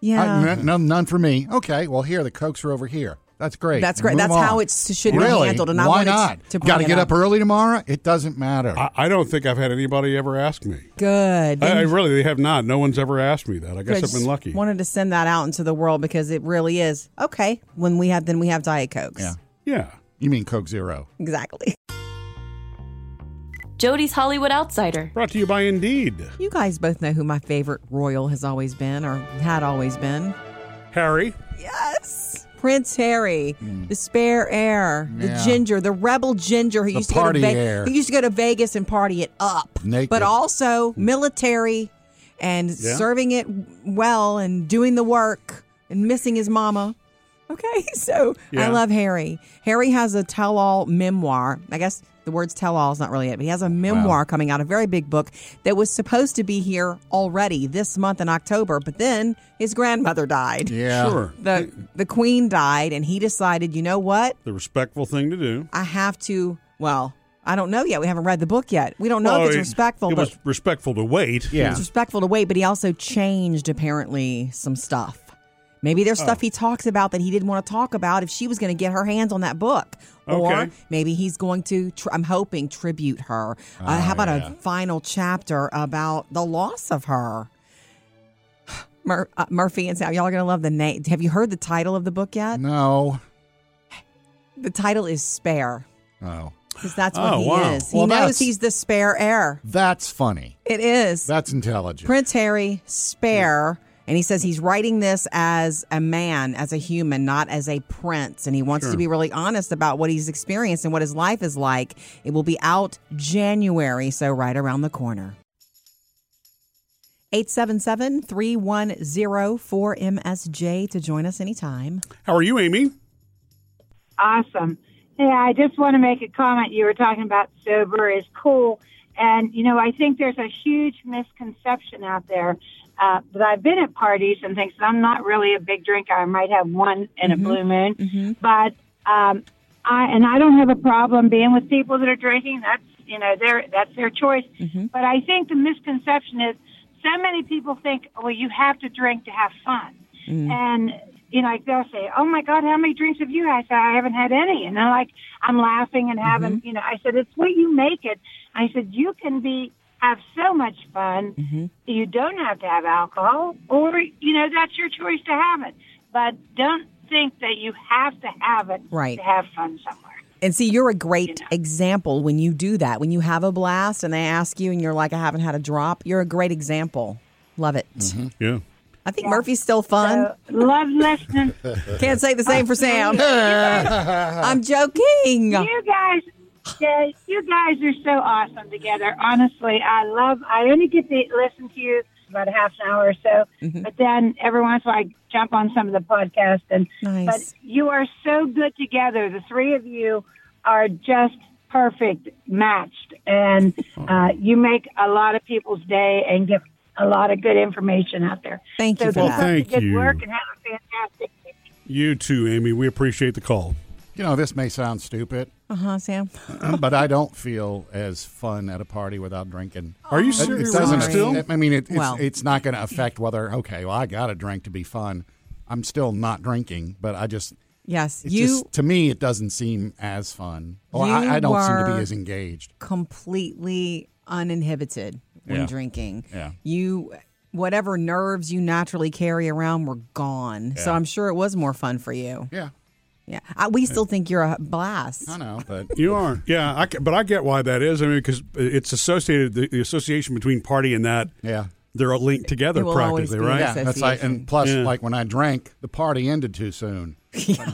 Speaker 2: yeah.
Speaker 3: I, none, none for me. Okay, well, here the cokes are over here. That's great.
Speaker 2: That's great.
Speaker 3: Move
Speaker 2: That's
Speaker 3: on.
Speaker 2: how it s- should be
Speaker 3: Really?
Speaker 2: handled, and I
Speaker 3: Why
Speaker 2: wanted
Speaker 3: not?
Speaker 2: to bring
Speaker 3: Gotta
Speaker 2: it
Speaker 3: get
Speaker 2: up.
Speaker 3: up. early tomorrow. It doesn't matter.
Speaker 1: I, I don't think I've had anybody ever ask me.
Speaker 2: Good.
Speaker 1: I,
Speaker 2: Then
Speaker 1: I really they have not. No one's ever asked me that. I guess
Speaker 2: I
Speaker 1: I've
Speaker 2: just
Speaker 1: been lucky.
Speaker 2: Wanted to send that out into the world because it really is okay. When we have, then we have Diet Cokes.
Speaker 3: Yeah.
Speaker 1: yeah.
Speaker 3: you mean Coke Zero?
Speaker 2: exactly.
Speaker 4: Jody's Hollywood Outsider.
Speaker 1: Brought to you by Indeed.
Speaker 2: You guys both know who my favorite royal has always been, or had always been.
Speaker 1: Harry.
Speaker 2: Yes, Prince Harry, the spare heir,
Speaker 3: Mm. Yeah.
Speaker 2: the ginger, the rebel ginger who
Speaker 3: The
Speaker 2: used to go
Speaker 3: party
Speaker 2: to Ve-
Speaker 3: heir.
Speaker 2: who used to go to Vegas and party it up,
Speaker 3: Naked. Mm.
Speaker 2: but also military and serving it well and doing the work and missing his mama. Okay, so
Speaker 1: Yeah.
Speaker 2: I love Harry. Harry has a tell-all memoir. I guess the words tell-all is not really it, but he has a memoir coming out, a very big book that was supposed to be here already this month in October, but then his grandmother died
Speaker 3: Yeah.
Speaker 1: Sure.
Speaker 2: the the queen died and he decided you know what
Speaker 1: The respectful thing to do.
Speaker 2: i have to well i don't know yet we haven't read the book yet we don't know
Speaker 1: Well,
Speaker 2: if
Speaker 1: Oh,
Speaker 2: it's
Speaker 1: it-
Speaker 2: respectful
Speaker 1: It
Speaker 2: but
Speaker 1: was respectful to wait.
Speaker 3: Yeah.
Speaker 2: it's respectful to wait but he also changed apparently some stuff maybe
Speaker 1: Oh.
Speaker 2: there's stuff he talks about that he didn't want to talk about if she was going to get her hands on that book or
Speaker 1: Okay.
Speaker 2: maybe he's going to tr- i'm hoping tribute her
Speaker 1: Oh,
Speaker 2: uh, how about a final chapter about the loss of her Mur- uh, murphy and sal y'all are going to love the name have you heard the title of the book yet
Speaker 3: No.
Speaker 2: The title is spare
Speaker 3: Oh,
Speaker 2: because that's what
Speaker 1: Oh,
Speaker 2: he
Speaker 1: wow.
Speaker 2: is. He
Speaker 3: Well, that's-
Speaker 2: knows he's the spare heir.
Speaker 3: that's funny.
Speaker 2: It is
Speaker 3: That's intelligent.
Speaker 2: Prince Harry spare, and he says he's writing this as a man, as a human, not as a prince, and he wants to be really honest about what he's experienced and what his life is like. It will be out January, so right around the corner. 877-310-4MSJ to join us anytime.
Speaker 1: How are you, Amy?
Speaker 6: awesome. Hey, I just want to make a comment. You were talking about sober is cool. And, you know, I think there's a huge misconception out there uh, that I've been at parties and things. and I'm not really a big drinker. I might have one in a blue moon. But, um, I, and I don't have a problem being with people that are drinking. That's, you know, their, that's their choice. But I think the misconception is so many people think, well, you have to drink to have fun. And you know, like they'll say, "Oh my God, how many drinks have you?" had?" I said, "I haven't had any," and they're like, "I'm laughing and having," you know. I said, "It's what you make it." I said, "You can be have so much fun. You don't have to have alcohol, or you know, that's your choice to have it. But don't think that you have to have it
Speaker 2: Right.
Speaker 6: to have fun somewhere."
Speaker 2: And see, you're a great example when you do that. When you have a blast and they ask you and you're like, I haven't had a drop, you're a great example. Love it.
Speaker 3: Mm-hmm.
Speaker 1: Yeah.
Speaker 2: I think Murphy's still fun.
Speaker 6: So, love listening.
Speaker 2: Can't say the same for Sam. I'm joking.
Speaker 6: you guys, yeah, you guys are so awesome together. Honestly, I love. I only get to listen to you about a half an hour or so,
Speaker 2: Mm-hmm.
Speaker 6: but then every once in a while I jump on some of the podcasts. And
Speaker 2: Nice.
Speaker 6: but you are so good together. The three of you are just perfect matched, and uh, you make a lot of people's day and give a lot of good information out there.
Speaker 2: Thank
Speaker 6: so
Speaker 2: you for
Speaker 6: keep
Speaker 1: Well,
Speaker 6: up
Speaker 2: that.
Speaker 6: the
Speaker 1: thank
Speaker 6: good
Speaker 1: you.
Speaker 6: work and have a fantastic. day.
Speaker 1: You too, Amy. We appreciate the call.
Speaker 3: You know, this may sound stupid,
Speaker 2: Uh huh, Sam.
Speaker 3: but I don't feel as fun at a party without drinking.
Speaker 1: Are you
Speaker 3: It-
Speaker 1: serious
Speaker 3: it doesn't
Speaker 2: Sorry.
Speaker 1: still?
Speaker 3: I mean, it, it's,
Speaker 2: Well-
Speaker 3: it's not going to affect whether okay, well, I got to drink to be fun. I'm still not drinking, but I just
Speaker 2: Yes,
Speaker 3: it's
Speaker 2: you
Speaker 3: just to me it doesn't seem as fun. Or
Speaker 2: You
Speaker 3: I, I don't seem to
Speaker 2: were-
Speaker 3: be as engaged.
Speaker 2: completely uninhibited when
Speaker 3: Yeah.
Speaker 2: drinking.
Speaker 3: Yeah.
Speaker 2: You, whatever nerves you naturally carry around were gone. So I'm sure it was more fun for you.
Speaker 3: Yeah,
Speaker 2: Yeah. I, we still think you're a blast.
Speaker 3: I know, but
Speaker 1: You are, yeah. I, ca- but I get why that is. I mean, because it's associated the, the association between party and that
Speaker 3: yeah.
Speaker 1: they're linked together
Speaker 2: It will always
Speaker 1: practically,
Speaker 2: be
Speaker 1: right?
Speaker 2: that.
Speaker 3: Yeah, that's like,
Speaker 2: Association.
Speaker 3: and plus,
Speaker 1: Yeah.
Speaker 3: like when I drank, the party ended too soon.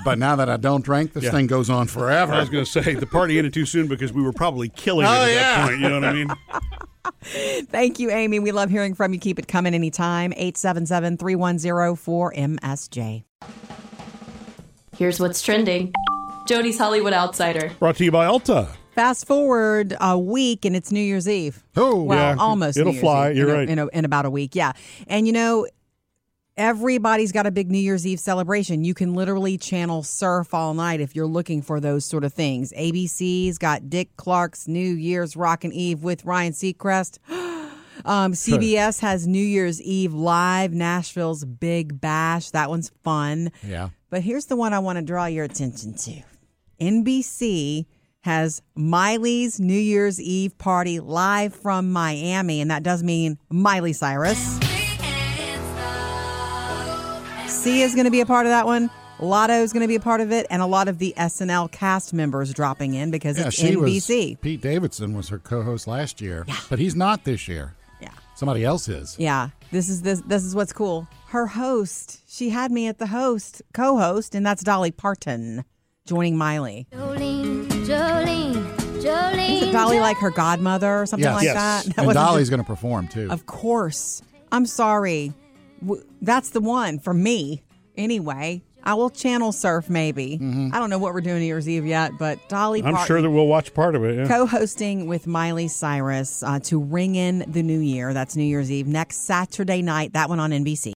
Speaker 3: But now that I don't drink, this
Speaker 1: Yeah.
Speaker 3: thing goes on forever.
Speaker 1: I was going to say the party ended too soon because we were probably killing it
Speaker 3: Oh,
Speaker 1: at
Speaker 3: yeah.
Speaker 1: that point. You know what I mean?
Speaker 2: Thank you, Amy. We love hearing from you. Keep it coming anytime. 877 310 4MSJ.
Speaker 4: Here's what's trending. Jody's Hollywood Outsider.
Speaker 1: Brought to you by Alta.
Speaker 2: Fast forward a week and it's New Year's Eve.
Speaker 3: Oh,
Speaker 1: yeah.
Speaker 2: well, almost. New
Speaker 1: It'll
Speaker 2: Year's
Speaker 1: fly.
Speaker 2: Eve
Speaker 1: You're
Speaker 2: in a-
Speaker 1: right.
Speaker 2: In, a, in about a week, yeah. And you know, everybody's got a big New Year's Eve celebration. You can literally channel surf all night if you're looking for those sort of things. ABC's got Dick Clark's New Year's Rockin' Eve with Ryan Seacrest. Um, CBS has New Year's Eve live, Nashville's Big Bash. That one's fun.
Speaker 3: yeah.
Speaker 2: But here's the one I want to draw your attention to. NBC has Miley's New Year's Eve party live from Miami, and that does mean Miley Cyrus. Sia is going to be a part of that one. Lotto is going to be a part of it, and a lot of the SNL cast members dropping in because
Speaker 3: yeah,
Speaker 2: it's
Speaker 3: she
Speaker 2: NBC.
Speaker 3: was. Pete Davidson was her co-host last year, but he's not this year.
Speaker 2: Yeah.
Speaker 3: Somebody else is.
Speaker 2: Yeah, this is this this is what's cool. Her host, she had me at the host co-host, and that's Dolly Parton joining Miley.
Speaker 9: Jolene, Jolene, Jolene.
Speaker 2: Isn't Dolly like her godmother or something
Speaker 3: Yes.
Speaker 2: like
Speaker 3: Yes.
Speaker 2: that? that
Speaker 3: and
Speaker 2: wasn't
Speaker 3: Dolly's
Speaker 2: just-
Speaker 3: going to perform too.
Speaker 2: Of course. I'm sorry. W- That's the one for me. Anyway, I will channel surf maybe.
Speaker 3: Mm-hmm.
Speaker 2: I don't know what we're doing New Year's Eve yet, but Dolly
Speaker 1: I'm
Speaker 2: Parton
Speaker 1: sure that we'll watch part of it. Yeah.
Speaker 2: co-hosting with Miley Cyrus uh, to ring in the new year. That's New Year's Eve next Saturday night. That one on NBC.